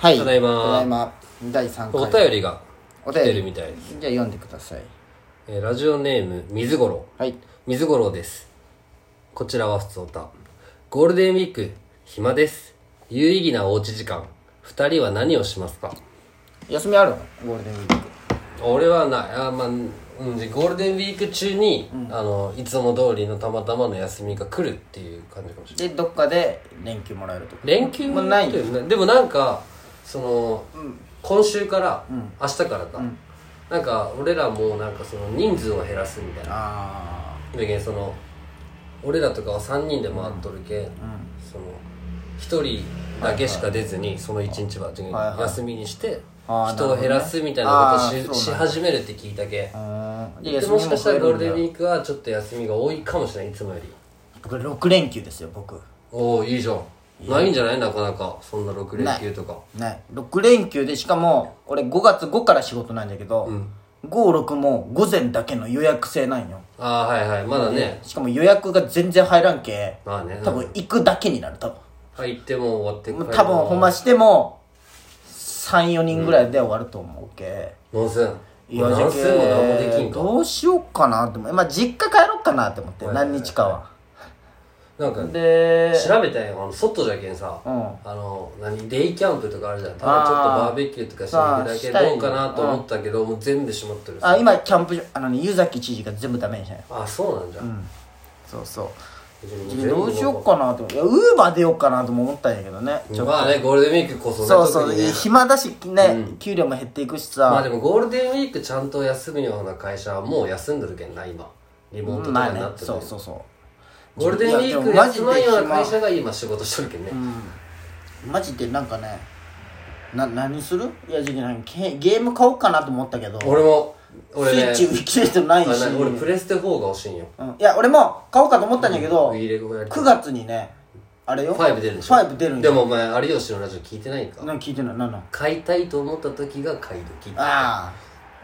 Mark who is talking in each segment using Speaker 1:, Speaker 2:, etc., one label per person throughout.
Speaker 1: はい
Speaker 2: ただいま
Speaker 1: ただいま第3回
Speaker 2: お便りが
Speaker 1: お
Speaker 2: 来
Speaker 1: 便り
Speaker 2: てるみたいです、
Speaker 1: じゃあ読んでください
Speaker 2: えーラジオネーム水五郎
Speaker 1: はい
Speaker 2: 水五郎ですこちらは普通おたゴールデンウィーク暇です有意義なおうち時間二人は何をしますか
Speaker 1: 休みあるのゴールデンウィーク
Speaker 2: 俺はないあーまあうんでゴールデンウィーク中に、あのいつも通りのたまたまの休みが来るっていう感じかもしれない
Speaker 1: でどっかで連休もらえるとか
Speaker 2: 連休
Speaker 1: もうない
Speaker 2: ってねでもなんかその、今週から、明日からか、なんか俺らもなんかその人数を減らすみたいな
Speaker 1: あ
Speaker 2: でけんその俺らとかは3人で回っとるけん、その1人だけしか出ずに、その1日は、でけん
Speaker 1: はいはい
Speaker 2: 休みにして
Speaker 1: あー
Speaker 2: 人を減らすみたいな
Speaker 1: なる
Speaker 2: こ
Speaker 1: ほどね
Speaker 2: と
Speaker 1: あー
Speaker 2: をし
Speaker 1: そう
Speaker 2: し
Speaker 1: なんだ
Speaker 2: 始めるって聞いたけん
Speaker 1: あうん
Speaker 2: でもしかしたらゴールデンウ
Speaker 1: ー
Speaker 2: ィークはちょっと休みが多いかもしれないいつもより
Speaker 1: ク僕6連休ですよ僕
Speaker 2: おおいいじゃんないんじゃないなかなかそんな6連休とか
Speaker 1: ね6連休でしかも俺5月5から仕事なんだけど、56も午前だけの予約制なんよ
Speaker 2: ああはいはいまだね
Speaker 1: しかも予約が全然入らんけ、
Speaker 2: まあね
Speaker 1: 多分行くだけになる多分
Speaker 2: 入っても終わって
Speaker 1: もう多分ほんましても34人ぐらいで終わると思うけ、
Speaker 2: 何せん
Speaker 1: いやじゃ
Speaker 2: 何
Speaker 1: け
Speaker 2: せんも何もできんか
Speaker 1: どうしようかなって思うまあ実家帰ろうかなって思って、
Speaker 2: はいはいはい
Speaker 1: 何日かは
Speaker 2: なんか
Speaker 1: で
Speaker 2: 調べたんよあの外じゃけんさ、
Speaker 1: うん
Speaker 2: あの何デイキャンプとかあるじゃん多分ちょっと
Speaker 1: あー
Speaker 2: バーベキューとかしに行くだ
Speaker 1: あーした
Speaker 2: け
Speaker 1: い
Speaker 2: どうかなと思ったけど、もう全部閉まってる
Speaker 1: あ
Speaker 2: あ
Speaker 1: 今キャンプ場あのね湯崎知事が全部ダメにしたよ
Speaker 2: そうなんじゃ、ん
Speaker 1: そうそう
Speaker 2: 全部
Speaker 1: どうしようかなと思っていやウーバー出ようかなとも思ったんやけどねちょっと
Speaker 2: まあねゴールデンウィークこそね
Speaker 1: そうそう、
Speaker 2: 特にね
Speaker 1: 暇だしね、給料も減っていくしさ、
Speaker 2: まあでもゴールデンウィークちゃんと休むような会社はもう休んでるけんな今リモートと
Speaker 1: ま
Speaker 2: か
Speaker 1: あ
Speaker 2: に
Speaker 1: ね
Speaker 2: なってるけど
Speaker 1: そうそうそう
Speaker 2: ゴールデンウィ
Speaker 1: いや
Speaker 2: ー
Speaker 1: で
Speaker 2: ク
Speaker 1: もマジ
Speaker 2: 休
Speaker 1: で
Speaker 2: まんような
Speaker 1: 暇
Speaker 2: 会社が今仕事しとるけんね、
Speaker 1: マジでなんかねな何するいやじゃなんかゲゲーム買おうかなと思ったけど
Speaker 2: 俺も俺ね
Speaker 1: スイッチ切れてないし、
Speaker 2: あな俺プレステ4が欲しいんよ
Speaker 1: うんいや俺も買おうかと思ったんだけど、
Speaker 2: ウイイレコやりたい
Speaker 1: 9月にねあれよ
Speaker 2: 5出るんでしょ
Speaker 1: 5出るんよ
Speaker 2: でもお前有吉のラジオ聞いてないか
Speaker 1: なんか聞いてないなんなん
Speaker 2: 買いたいと思った時が買い時
Speaker 1: あ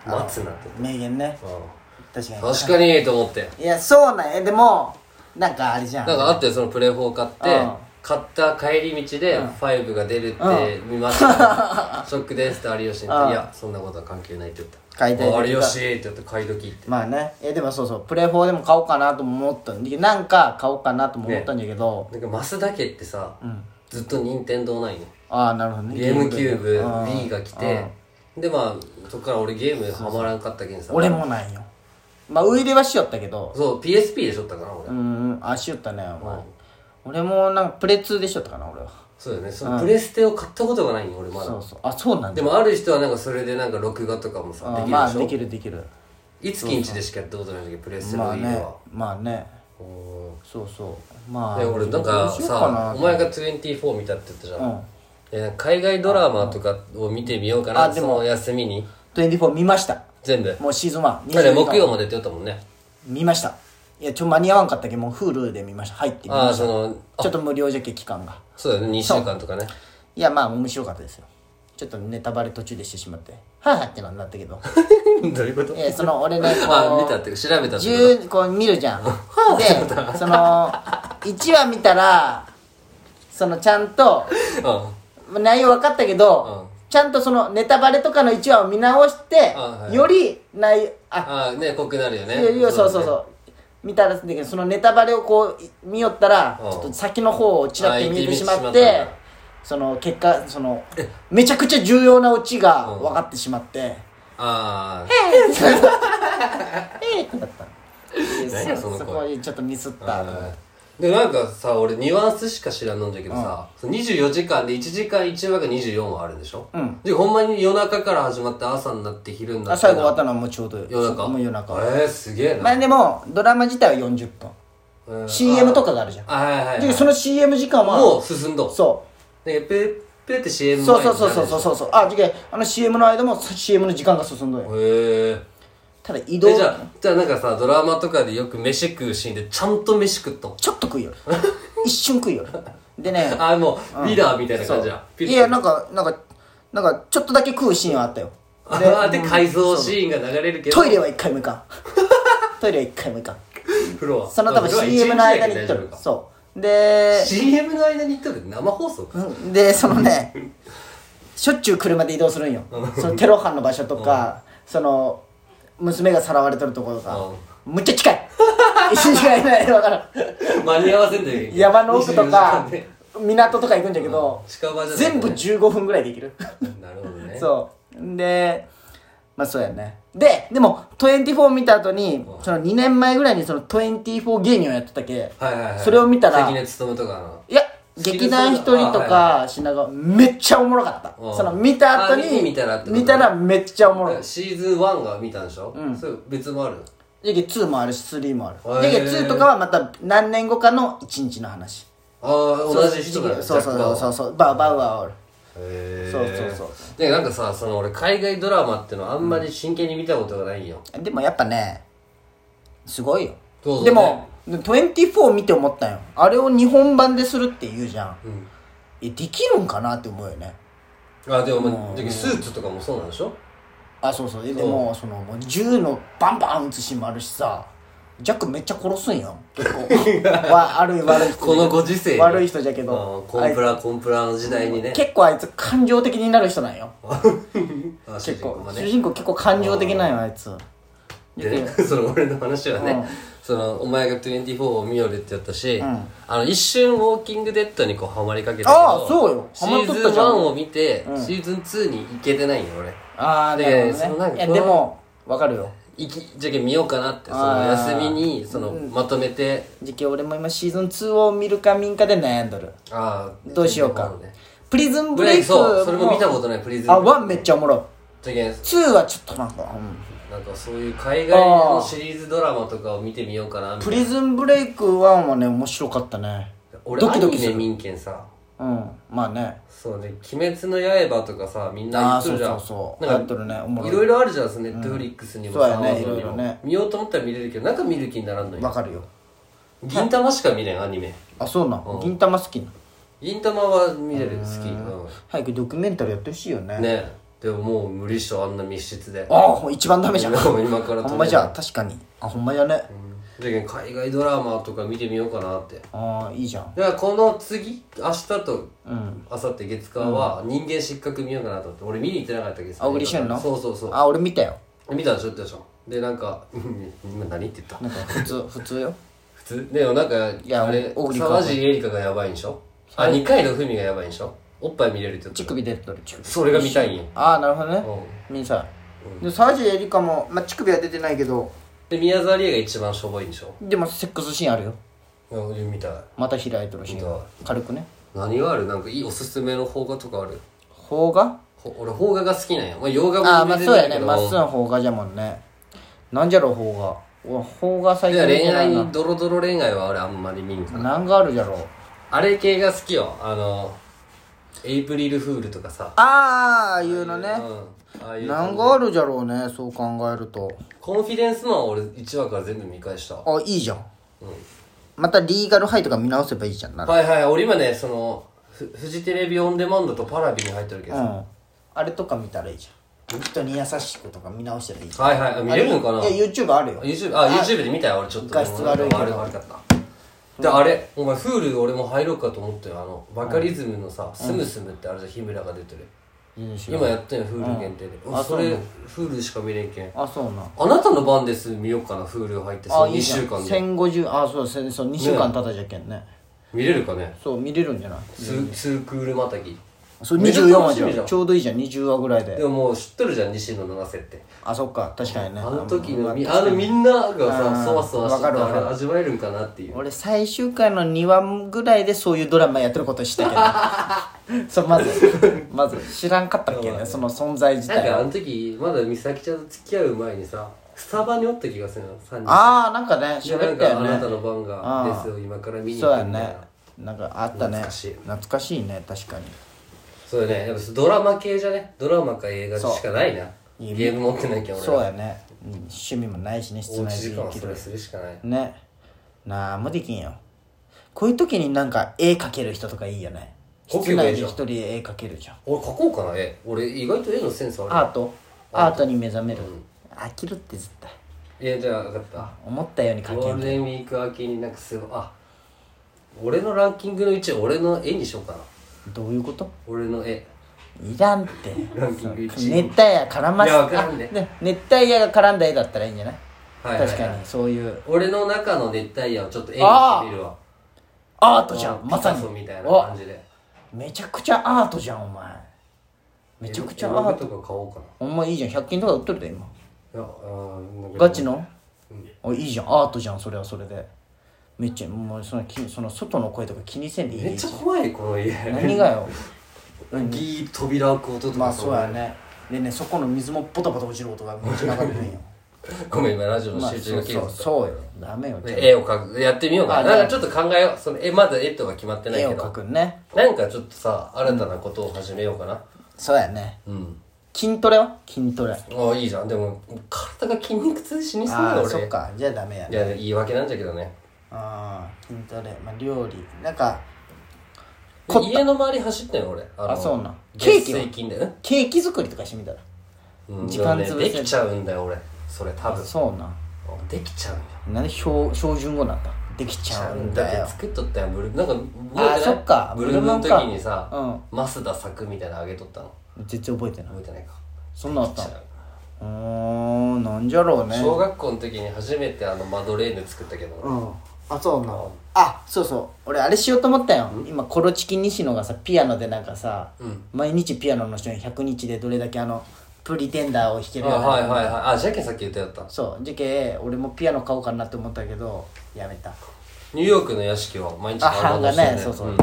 Speaker 2: 待つなって
Speaker 1: あ名言ね
Speaker 2: う
Speaker 1: 確かに
Speaker 2: ん確かにと思って
Speaker 1: いやそうなんやでもなんかあれじゃん
Speaker 2: なんかあったよそのプレイ4買って
Speaker 1: うん
Speaker 2: 買った帰り道で5が出るって見 ましたショックですって有吉に言って「いやそんなことは関係ない」って言った
Speaker 1: 買いたい時が
Speaker 2: あ有吉って言って買い時って
Speaker 1: まあねえでもそうそうプレイ4でも買おうかなとも思ったんだけどなんか買おうかなとも思ったんだけど、
Speaker 2: なんか増田家ってさずっと任天堂ないの
Speaker 1: ああなるほどね
Speaker 2: ゲームキュー
Speaker 1: ゲ
Speaker 2: ブ
Speaker 1: ムキューブ
Speaker 2: B が来てでまあそっから俺ゲームハマらんかったけんさ
Speaker 1: 俺もないよまあウイレはしよったけど
Speaker 2: そう PSP でしょったかな俺、
Speaker 1: うんあしよったねお前、俺もなんかプレ2でしよったかな俺は
Speaker 2: そうだよねそのプレステを買ったことがないんよ俺まだ
Speaker 1: そうそうあそうなんだ
Speaker 2: でもある人はなんかそれでなんか録画とかもさ
Speaker 1: あ
Speaker 2: できるでしょ、
Speaker 1: まあできるできる
Speaker 2: いつきんちでしかやったことないんだけどプレステ
Speaker 1: ま
Speaker 2: の
Speaker 1: あ
Speaker 2: いいのは、
Speaker 1: ねまあね
Speaker 2: お
Speaker 1: そうそうま
Speaker 2: ー
Speaker 1: あ
Speaker 2: で俺なんか
Speaker 1: どうしよう
Speaker 2: さ
Speaker 1: な
Speaker 2: お前が24見たって言ったじゃん、
Speaker 1: うん
Speaker 2: えなんか海外ドラマとかを見てみようかな
Speaker 1: あで
Speaker 2: そ
Speaker 1: も
Speaker 2: の休みに
Speaker 1: 24見ました
Speaker 2: 全部
Speaker 1: もうシーズン1
Speaker 2: だって木曜までって言ったもんね
Speaker 1: 見ましたいやちょ間に合わんかったけどもう Hulu で見ました入ってみ
Speaker 2: あ
Speaker 1: ま
Speaker 2: あ
Speaker 1: し
Speaker 2: その
Speaker 1: たちょっと無料じゃけ期間が
Speaker 2: そうだよね2週間とかね
Speaker 1: いやまあ面白かったですよちょっとネタバレ途中でしてしまってはぁはぁってのになった けど
Speaker 2: どういうこと
Speaker 1: えーその俺ねこ
Speaker 2: まあ
Speaker 1: う
Speaker 2: 見たっていうか調べたっていう
Speaker 1: 10こう見るじゃんでその1話見たらそのちゃんと
Speaker 2: ことうん
Speaker 1: 内容分かったけど、ちゃんとそのネタバレとかの1話を見直して、
Speaker 2: あはい
Speaker 1: より内容あ
Speaker 2: ああね濃くなるよね
Speaker 1: いやそうそうそう
Speaker 2: う
Speaker 1: 見たらすんだけどそのネタバレをこう見よったら、
Speaker 2: うん
Speaker 1: ちょっと先の方をちらっと見えてしま
Speaker 2: あ
Speaker 1: っ
Speaker 2: 一気に見てし
Speaker 1: て
Speaker 2: まったんだ
Speaker 1: その結果そのめちゃくちゃ重要なオチが分かってしまって、
Speaker 2: ああ
Speaker 1: ええってなった
Speaker 2: 何
Speaker 1: で
Speaker 2: や
Speaker 1: そ
Speaker 2: その声
Speaker 1: そこにちょっとミスった
Speaker 2: でなんかさ俺ニュアンスしか知らんのんじゃけどさ、その24時間で1時間1話が24話あるんでしょ、
Speaker 1: うん
Speaker 2: でほんまに夜中から始まって朝になって昼にな
Speaker 1: あ
Speaker 2: ってな
Speaker 1: 最後終わったのはもうちょうど
Speaker 2: 夜中
Speaker 1: もう夜中
Speaker 2: えー、すげえな、
Speaker 1: まあでもドラマ自体は40分
Speaker 2: うん
Speaker 1: CM とかがあるじゃん
Speaker 2: あはいはい、はい、
Speaker 1: でその CM 時間は
Speaker 2: もう進んど
Speaker 1: そ
Speaker 2: でペッペッって CM
Speaker 1: う
Speaker 2: 前
Speaker 1: そう
Speaker 2: に
Speaker 1: そ
Speaker 2: な
Speaker 1: う
Speaker 2: るでし
Speaker 1: そ
Speaker 2: ょ
Speaker 1: うそうそうそうそうあじゃけあの CM の間も CM の時間が進んどんよ
Speaker 2: へえ
Speaker 1: ただ移動
Speaker 2: でじゃあじゃあなんかさドラマとかでよく飯食うシーンでちゃんと飯食っとん
Speaker 1: ちょっと食い よる一瞬食いよるでね
Speaker 2: あーもうリーダーみたいな
Speaker 1: そ
Speaker 2: 感じや、
Speaker 1: う
Speaker 2: ピ
Speaker 1: いやなんかなんかなんかちょっとだけ食うシーンはあったよ
Speaker 2: で あーで改造シーンが流れるけど
Speaker 1: トイレは一回も行か んトイレは一回も行かん
Speaker 2: 風呂は
Speaker 1: その多分
Speaker 2: 風呂は
Speaker 1: CM の間に行っと
Speaker 2: 一日だけ大丈夫
Speaker 1: る
Speaker 2: か
Speaker 1: そうで
Speaker 2: CM の間に行っとる生放送か
Speaker 1: うんでそのねしょっちゅう車で移動するんよそのテロ犯の場所とかその娘がさらわれとるところとかむっちゃ近い一時間以内で分から
Speaker 2: 間に合わせんだよ
Speaker 1: ん山の奥とか
Speaker 2: 24時間で
Speaker 1: 港とか行くんだけど
Speaker 2: うん近場じゃない
Speaker 1: 全部15分ぐらいで行ける
Speaker 2: なるほどね
Speaker 1: そう。で、まあそうやね。で、でも、24見た後に、その2年前ぐらいにその24芸人をやってたけ、
Speaker 2: はいはいはい
Speaker 1: それを見たら
Speaker 2: 関根勤とかの
Speaker 1: いや、劇団一人とか品川、めっちゃおもろかった。
Speaker 2: うん
Speaker 1: その見た後
Speaker 2: あ見て
Speaker 1: に、
Speaker 2: みたらってこと
Speaker 1: 見たらめっちゃおもろかった。
Speaker 2: シーズン1が見たんでしょうんそれ別もあるの
Speaker 1: で、2もあるし、3もあ
Speaker 2: へ
Speaker 1: る。
Speaker 2: ー
Speaker 1: で、2とかはまた何年後かの1日の話。
Speaker 2: ああ同じ人だよ
Speaker 1: そうそうそうそうそう。バウバウはおる。
Speaker 2: へえ
Speaker 1: そうそう
Speaker 2: そうでなんかさその俺海外ドラマってのあんまり真剣に見たことがないんよ
Speaker 1: でもやっぱねすごいよ
Speaker 2: そう
Speaker 1: で
Speaker 2: だね
Speaker 1: も24見て思ったよあれを日本版でするって言うじゃん、えできるんかなって思うよね
Speaker 2: あでもまあだけどスーツとかもそうなんでしょ
Speaker 1: あそうそうえでもそのもう銃のバンバン撃つシーンもあるしさジャックめっちゃ殺すんよ結構 わ悪い悪い人
Speaker 2: このご時世
Speaker 1: 悪い人じゃけ
Speaker 2: あ
Speaker 1: ど
Speaker 2: ーコンプラコンプラの時代にね
Speaker 1: 結構あいつ感情的になる人なんよ
Speaker 2: あ主
Speaker 1: 結
Speaker 2: 人公
Speaker 1: 構
Speaker 2: も
Speaker 1: 主
Speaker 2: ね
Speaker 1: 人公結構感情的なんよあいつ
Speaker 2: で その俺の話はね、そのお前が24を見よるって言ったし、あの一瞬ウォーキングデッドにこうハマりかけて
Speaker 1: ああそうよ
Speaker 2: シ
Speaker 1: ハマ
Speaker 2: ー
Speaker 1: っと
Speaker 2: ズ
Speaker 1: っ
Speaker 2: ン
Speaker 1: たじゃん
Speaker 2: 1を見て、シーズン2に行けてないよ俺
Speaker 1: ああな
Speaker 2: で
Speaker 1: る
Speaker 2: そ
Speaker 1: ほ
Speaker 2: の
Speaker 1: ど
Speaker 2: なん
Speaker 1: ね
Speaker 2: か
Speaker 1: いやでもわかるよ
Speaker 2: 行きじゃけ見ようかなってその
Speaker 1: あー
Speaker 2: 休みにそのまとめて、
Speaker 1: 時期俺も今シーズン2を見るか見んかで悩んどる
Speaker 2: ああ
Speaker 1: どうしようか、
Speaker 2: ね
Speaker 1: プリズンブ
Speaker 2: ブ
Speaker 1: レ
Speaker 2: レイ
Speaker 1: イ
Speaker 2: ク
Speaker 1: ク
Speaker 2: そうそれも見たことないプリズン
Speaker 1: あ
Speaker 2: ブレイ
Speaker 1: ワンめっちゃおもろ
Speaker 2: クじゃけん
Speaker 1: い2はちょっとなんか、うん
Speaker 2: なんかそういう海外のシリーズドラマとかを見てみようかなみた
Speaker 1: プ
Speaker 2: いな
Speaker 1: リズンブレイク1はね面白かったね
Speaker 2: 俺
Speaker 1: ド
Speaker 2: ア
Speaker 1: キ
Speaker 2: ニ
Speaker 1: ドキす
Speaker 2: メ
Speaker 1: る
Speaker 2: 民権さ
Speaker 1: うんまあね
Speaker 2: そうね「鬼滅の刃」とかさみんな言ってるじゃん
Speaker 1: あーそうそうそう
Speaker 2: なん
Speaker 1: やってるねおもろ
Speaker 2: い
Speaker 1: い
Speaker 2: ろいろあるじゃんそのネットフリックスにも
Speaker 1: そうやね
Speaker 2: Amazon にも
Speaker 1: いろいろね
Speaker 2: 見ようと思ったら見れるけどなんか見る気にならんの
Speaker 1: わ
Speaker 2: よ
Speaker 1: かるよ
Speaker 2: 銀魂しか見れんアニメ
Speaker 1: あそうなん銀魂好きな
Speaker 2: 銀魂は見れる好きう
Speaker 1: 早くドキュメンタリーやってほしいよね
Speaker 2: んねでももう無理っしょあんな密室で
Speaker 1: ああ一番ダメじゃん
Speaker 2: 今今か ら
Speaker 1: ほんまじゃ確かにあほんまやね、
Speaker 2: じゃけん海外ドラマとか見てみようかなって
Speaker 1: ああいいじゃん
Speaker 2: だからこの次明日と明後日月火は人間失格見ようかなと思って俺見に行ってなかったけどさ
Speaker 1: あ小栗旬の
Speaker 2: そうそうそう
Speaker 1: あ俺見たよ
Speaker 2: 見たでしょってでしょでなんか 今何って言った
Speaker 1: なんか普通 普通よ
Speaker 2: 普通でもなんかい
Speaker 1: や
Speaker 2: あれ
Speaker 1: 小栗か
Speaker 2: 沢尻エリカがやばいんでしょあ二階の文がやばいんでしょおっぱい見れるって言っ
Speaker 1: 乳
Speaker 2: て
Speaker 1: 首出てる乳首
Speaker 2: たそれが見たいんよ
Speaker 1: ああなるほどね
Speaker 2: う
Speaker 1: みんさで沢尻エリカも、まあ、乳首は出てないけど
Speaker 2: で宮沢りえが一番しょぼいんでしょ
Speaker 1: でもセックスシーンあるよ
Speaker 2: うん見たい
Speaker 1: また開いてるシー
Speaker 2: 本
Speaker 1: ン軽くね
Speaker 2: 何があるなんかいいおすすめの邦画とかある
Speaker 1: 邦画
Speaker 2: ほ俺邦画が好きなんやまあ洋画も
Speaker 1: ああ
Speaker 2: 見
Speaker 1: まあ
Speaker 2: れ
Speaker 1: そうやね
Speaker 2: るん
Speaker 1: ま
Speaker 2: だ
Speaker 1: っ
Speaker 2: け
Speaker 1: す
Speaker 2: ど
Speaker 1: ぐ邦画じゃもんねなんじゃろう邦画俺邦画最
Speaker 2: いや
Speaker 1: 近見て
Speaker 2: 恋
Speaker 1: ないな
Speaker 2: 愛ドロドロ恋愛は俺あんまり見んかな
Speaker 1: 何があるじゃろう
Speaker 2: あれ系が好きよあのエイプリルフールとかさ
Speaker 1: ああいうの
Speaker 2: う
Speaker 1: ね
Speaker 2: んああいう
Speaker 1: 何があるじゃろうねそう考えると
Speaker 2: コンフィデンスマンは俺1話から全部見返したわ
Speaker 1: あいいじゃん
Speaker 2: うん
Speaker 1: またリーガルハイとか見直せばいいじゃんな
Speaker 2: はいはい俺今ねそのフフジテレビオンデマンドとパラビに入ってるけど
Speaker 1: う
Speaker 2: さ
Speaker 1: んあれとか見たらいいじゃん人に優しくとか見直したらいいじゃん
Speaker 2: はいはいあ見れるのかない
Speaker 1: や YouTube あるよ
Speaker 2: YouTube, あ YouTube で見たよ俺ちょっと
Speaker 1: 画質悪いけど
Speaker 2: 悪悪かったであれお前フール俺も入ろうかと思ったよあのバカリズムのさ、スムスムってあれじゃん日村が出てる今やってんよフール限定で、
Speaker 1: ん
Speaker 2: あ
Speaker 1: あ
Speaker 2: そ
Speaker 1: そうな
Speaker 2: れ
Speaker 1: の
Speaker 2: フールしか見れんけん
Speaker 1: あそうな
Speaker 2: あなたの番です見ようかな Hulu 入ってそ
Speaker 1: あ
Speaker 2: の2週間で
Speaker 1: 1050あそうせそう2週間経ったじゃけんね
Speaker 2: 見れるかね
Speaker 1: そう見れるんじゃない
Speaker 2: ツーツークールまたぎ
Speaker 1: そう
Speaker 2: めっちゃ
Speaker 1: 24
Speaker 2: 楽
Speaker 1: 話
Speaker 2: しみじ
Speaker 1: じ
Speaker 2: ゃ
Speaker 1: ゃ
Speaker 2: ん
Speaker 1: んちょうどいいじゃん20話ぐらい
Speaker 2: で
Speaker 1: で
Speaker 2: ももう知っとるじゃん西野七瀬って
Speaker 1: あそっか確かにね
Speaker 2: あの時のみ
Speaker 1: あ
Speaker 2: あのみんなが
Speaker 1: う
Speaker 2: さ
Speaker 1: ん
Speaker 2: そわそわして
Speaker 1: わかる
Speaker 2: た
Speaker 1: わ
Speaker 2: あ
Speaker 1: か
Speaker 2: れ
Speaker 1: る
Speaker 2: 味わえるんかなっていう
Speaker 1: 俺最終回の2話ぐらいでそういうドラマやってることしたけど そうまず まず知らんかったっけねその存在自
Speaker 2: なん
Speaker 1: 体
Speaker 2: かあ
Speaker 1: あ
Speaker 2: の時まだ美咲ちゃんと付き合う前にさスタバにおった気がするの3人
Speaker 1: あーなんかね
Speaker 2: でな
Speaker 1: 喋
Speaker 2: ん
Speaker 1: った
Speaker 2: かあな
Speaker 1: よ
Speaker 2: た
Speaker 1: ね
Speaker 2: の番がですよ今から見に
Speaker 1: そう
Speaker 2: 行
Speaker 1: や
Speaker 2: くみたい
Speaker 1: ねな
Speaker 2: な
Speaker 1: んかあったね
Speaker 2: 懐かしい
Speaker 1: 懐かしいね確かに
Speaker 2: そうだねやっぱドラマ系じゃねドラマか映画しかないな
Speaker 1: そう
Speaker 2: ゲーム持ってないけん俺
Speaker 1: そう
Speaker 2: は
Speaker 1: やね、うん趣味もないしね室
Speaker 2: おう
Speaker 1: 内
Speaker 2: ち
Speaker 1: で
Speaker 2: 時間
Speaker 1: 生
Speaker 2: は
Speaker 1: き
Speaker 2: そ
Speaker 1: る
Speaker 2: れするしかない
Speaker 1: ねなんもできんよこういう時になんか絵描ける人とかいいよね
Speaker 2: 描
Speaker 1: 室
Speaker 2: けばい
Speaker 1: 内
Speaker 2: い
Speaker 1: で
Speaker 2: じゃん
Speaker 1: 一人絵描けるじゃん
Speaker 2: 俺書こうかな絵俺意外と絵のセンスある
Speaker 1: アートアートに目覚める、飽きるって絶対
Speaker 2: えじゃあ分かった
Speaker 1: 思ったように描
Speaker 2: ゴ
Speaker 1: け
Speaker 2: ール
Speaker 1: る
Speaker 2: デンウィーク明けになんかすごいあ俺のランキングのうち俺の絵にしようかな
Speaker 1: どういうこと
Speaker 2: 俺の絵
Speaker 1: いらんって
Speaker 2: ランキング1
Speaker 1: 熱
Speaker 2: 位
Speaker 1: 帯夜絡ま
Speaker 2: いやわからんね
Speaker 1: あね熱帯夜が絡んだ絵だったらいいんじゃない
Speaker 2: はいはいはい
Speaker 1: 確かにそういう
Speaker 2: 俺の中の熱帯夜をちょっと演技してみるわ
Speaker 1: アートじゃん
Speaker 2: うん
Speaker 1: まさに
Speaker 2: ピカソみたいな
Speaker 1: お
Speaker 2: 感じで
Speaker 1: めちゃくちゃアートじゃんお前めちゃくちゃア
Speaker 2: 絵
Speaker 1: ー
Speaker 2: の
Speaker 1: ト
Speaker 2: 具とか買おうか
Speaker 1: ほんまいいじゃん100均とか売っとるで今
Speaker 2: ないやあーなんか
Speaker 1: ガチの
Speaker 2: うん
Speaker 1: おいいじゃんアートじゃんそれはそれでめっちゃもうそのきその外の声とか気にせんでいい
Speaker 2: めっちゃ怖いこの家
Speaker 1: 何 がよ
Speaker 2: ギー扉開く音と か
Speaker 1: まあそうやねでねそこの水もポタポタ落ちる音がめっちゃ流れてるんよ
Speaker 2: ごめん今ラジオの
Speaker 1: まあ
Speaker 2: 集中
Speaker 1: そ
Speaker 2: が
Speaker 1: う
Speaker 2: 切
Speaker 1: そ
Speaker 2: れ
Speaker 1: う
Speaker 2: てた
Speaker 1: そうよダメよ
Speaker 2: ね絵を描くやってみようか
Speaker 1: あ
Speaker 2: ななんかちょっと考えようその絵まだ絵とか決まってない
Speaker 1: 絵を
Speaker 2: け
Speaker 1: 描
Speaker 2: ど
Speaker 1: くね
Speaker 2: なんかちょっとさ新たなことを始めようかな
Speaker 1: そうやね
Speaker 2: うん
Speaker 1: 筋トレは筋トレ
Speaker 2: ああいいじゃんでも体が筋肉痛で死にそうだ
Speaker 1: あ
Speaker 2: よ
Speaker 1: あそ
Speaker 2: 俺
Speaker 1: っかじゃあダメや
Speaker 2: い
Speaker 1: ね
Speaker 2: や言い訳なんじゃけどね
Speaker 1: ああ筋トレまあ料理なんか凝った
Speaker 2: 家の周り走ったよ俺あ
Speaker 1: あそうなん
Speaker 2: ケ
Speaker 1: ケーキ
Speaker 2: ーキ月
Speaker 1: は
Speaker 2: 水金だよね
Speaker 1: ケーキ作りとかしてみたら
Speaker 2: うん
Speaker 1: 時間潰せる
Speaker 2: でもねできちゃうんだよ俺それ多分
Speaker 1: そうな
Speaker 2: できちゃうんよ
Speaker 1: なんで標標準語なんだできち
Speaker 2: ち
Speaker 1: ゃ
Speaker 2: ゃ
Speaker 1: う
Speaker 2: うんん
Speaker 1: だ
Speaker 2: だ
Speaker 1: よ
Speaker 2: って作っとったやんブルなんか覚え
Speaker 1: あ
Speaker 2: てない
Speaker 1: そっか
Speaker 2: ブルームの時
Speaker 1: ブルームか
Speaker 2: にさ、
Speaker 1: う
Speaker 2: マスダ作みたいなのあげとったの
Speaker 1: 絶対覚えてない
Speaker 2: 覚えてないか
Speaker 1: そんなんあった
Speaker 2: ちゃ
Speaker 1: うーんなんじゃろうね
Speaker 2: 小学校の時に初めてあのマドレーヌ作ったけど、
Speaker 1: うんあそうなあそうそう俺あれしようと思ったよ今コロチキ西野がさピアノでなんかさ、
Speaker 2: うん
Speaker 1: 毎日ピアノの人に100日でどれだけあのプリテンダーを弾け
Speaker 2: あ
Speaker 1: るようにな
Speaker 2: はい
Speaker 1: る
Speaker 2: はいはいあじゃけんさっき言ったやった
Speaker 1: そうじゃけ俺もピアノ買おうかなって思ったけどやめた
Speaker 2: ニューヨークの屋敷は毎日
Speaker 1: あ版が
Speaker 2: して
Speaker 1: ねそうそう、
Speaker 2: ん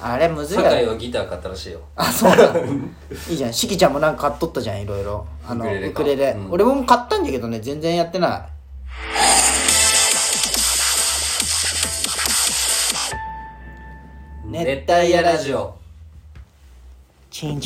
Speaker 1: あれむずいから
Speaker 2: 酒井はギター買ったらしいよ
Speaker 1: あそうだ いいじゃんしきちゃんもなんか買っとったじゃんいろいろあの
Speaker 2: ウクレレ
Speaker 1: ウ
Speaker 2: か
Speaker 1: クレレ
Speaker 2: うん
Speaker 1: 俺も買ったんだけどね全然やってない熱帯夜ラジ
Speaker 2: オ
Speaker 1: チン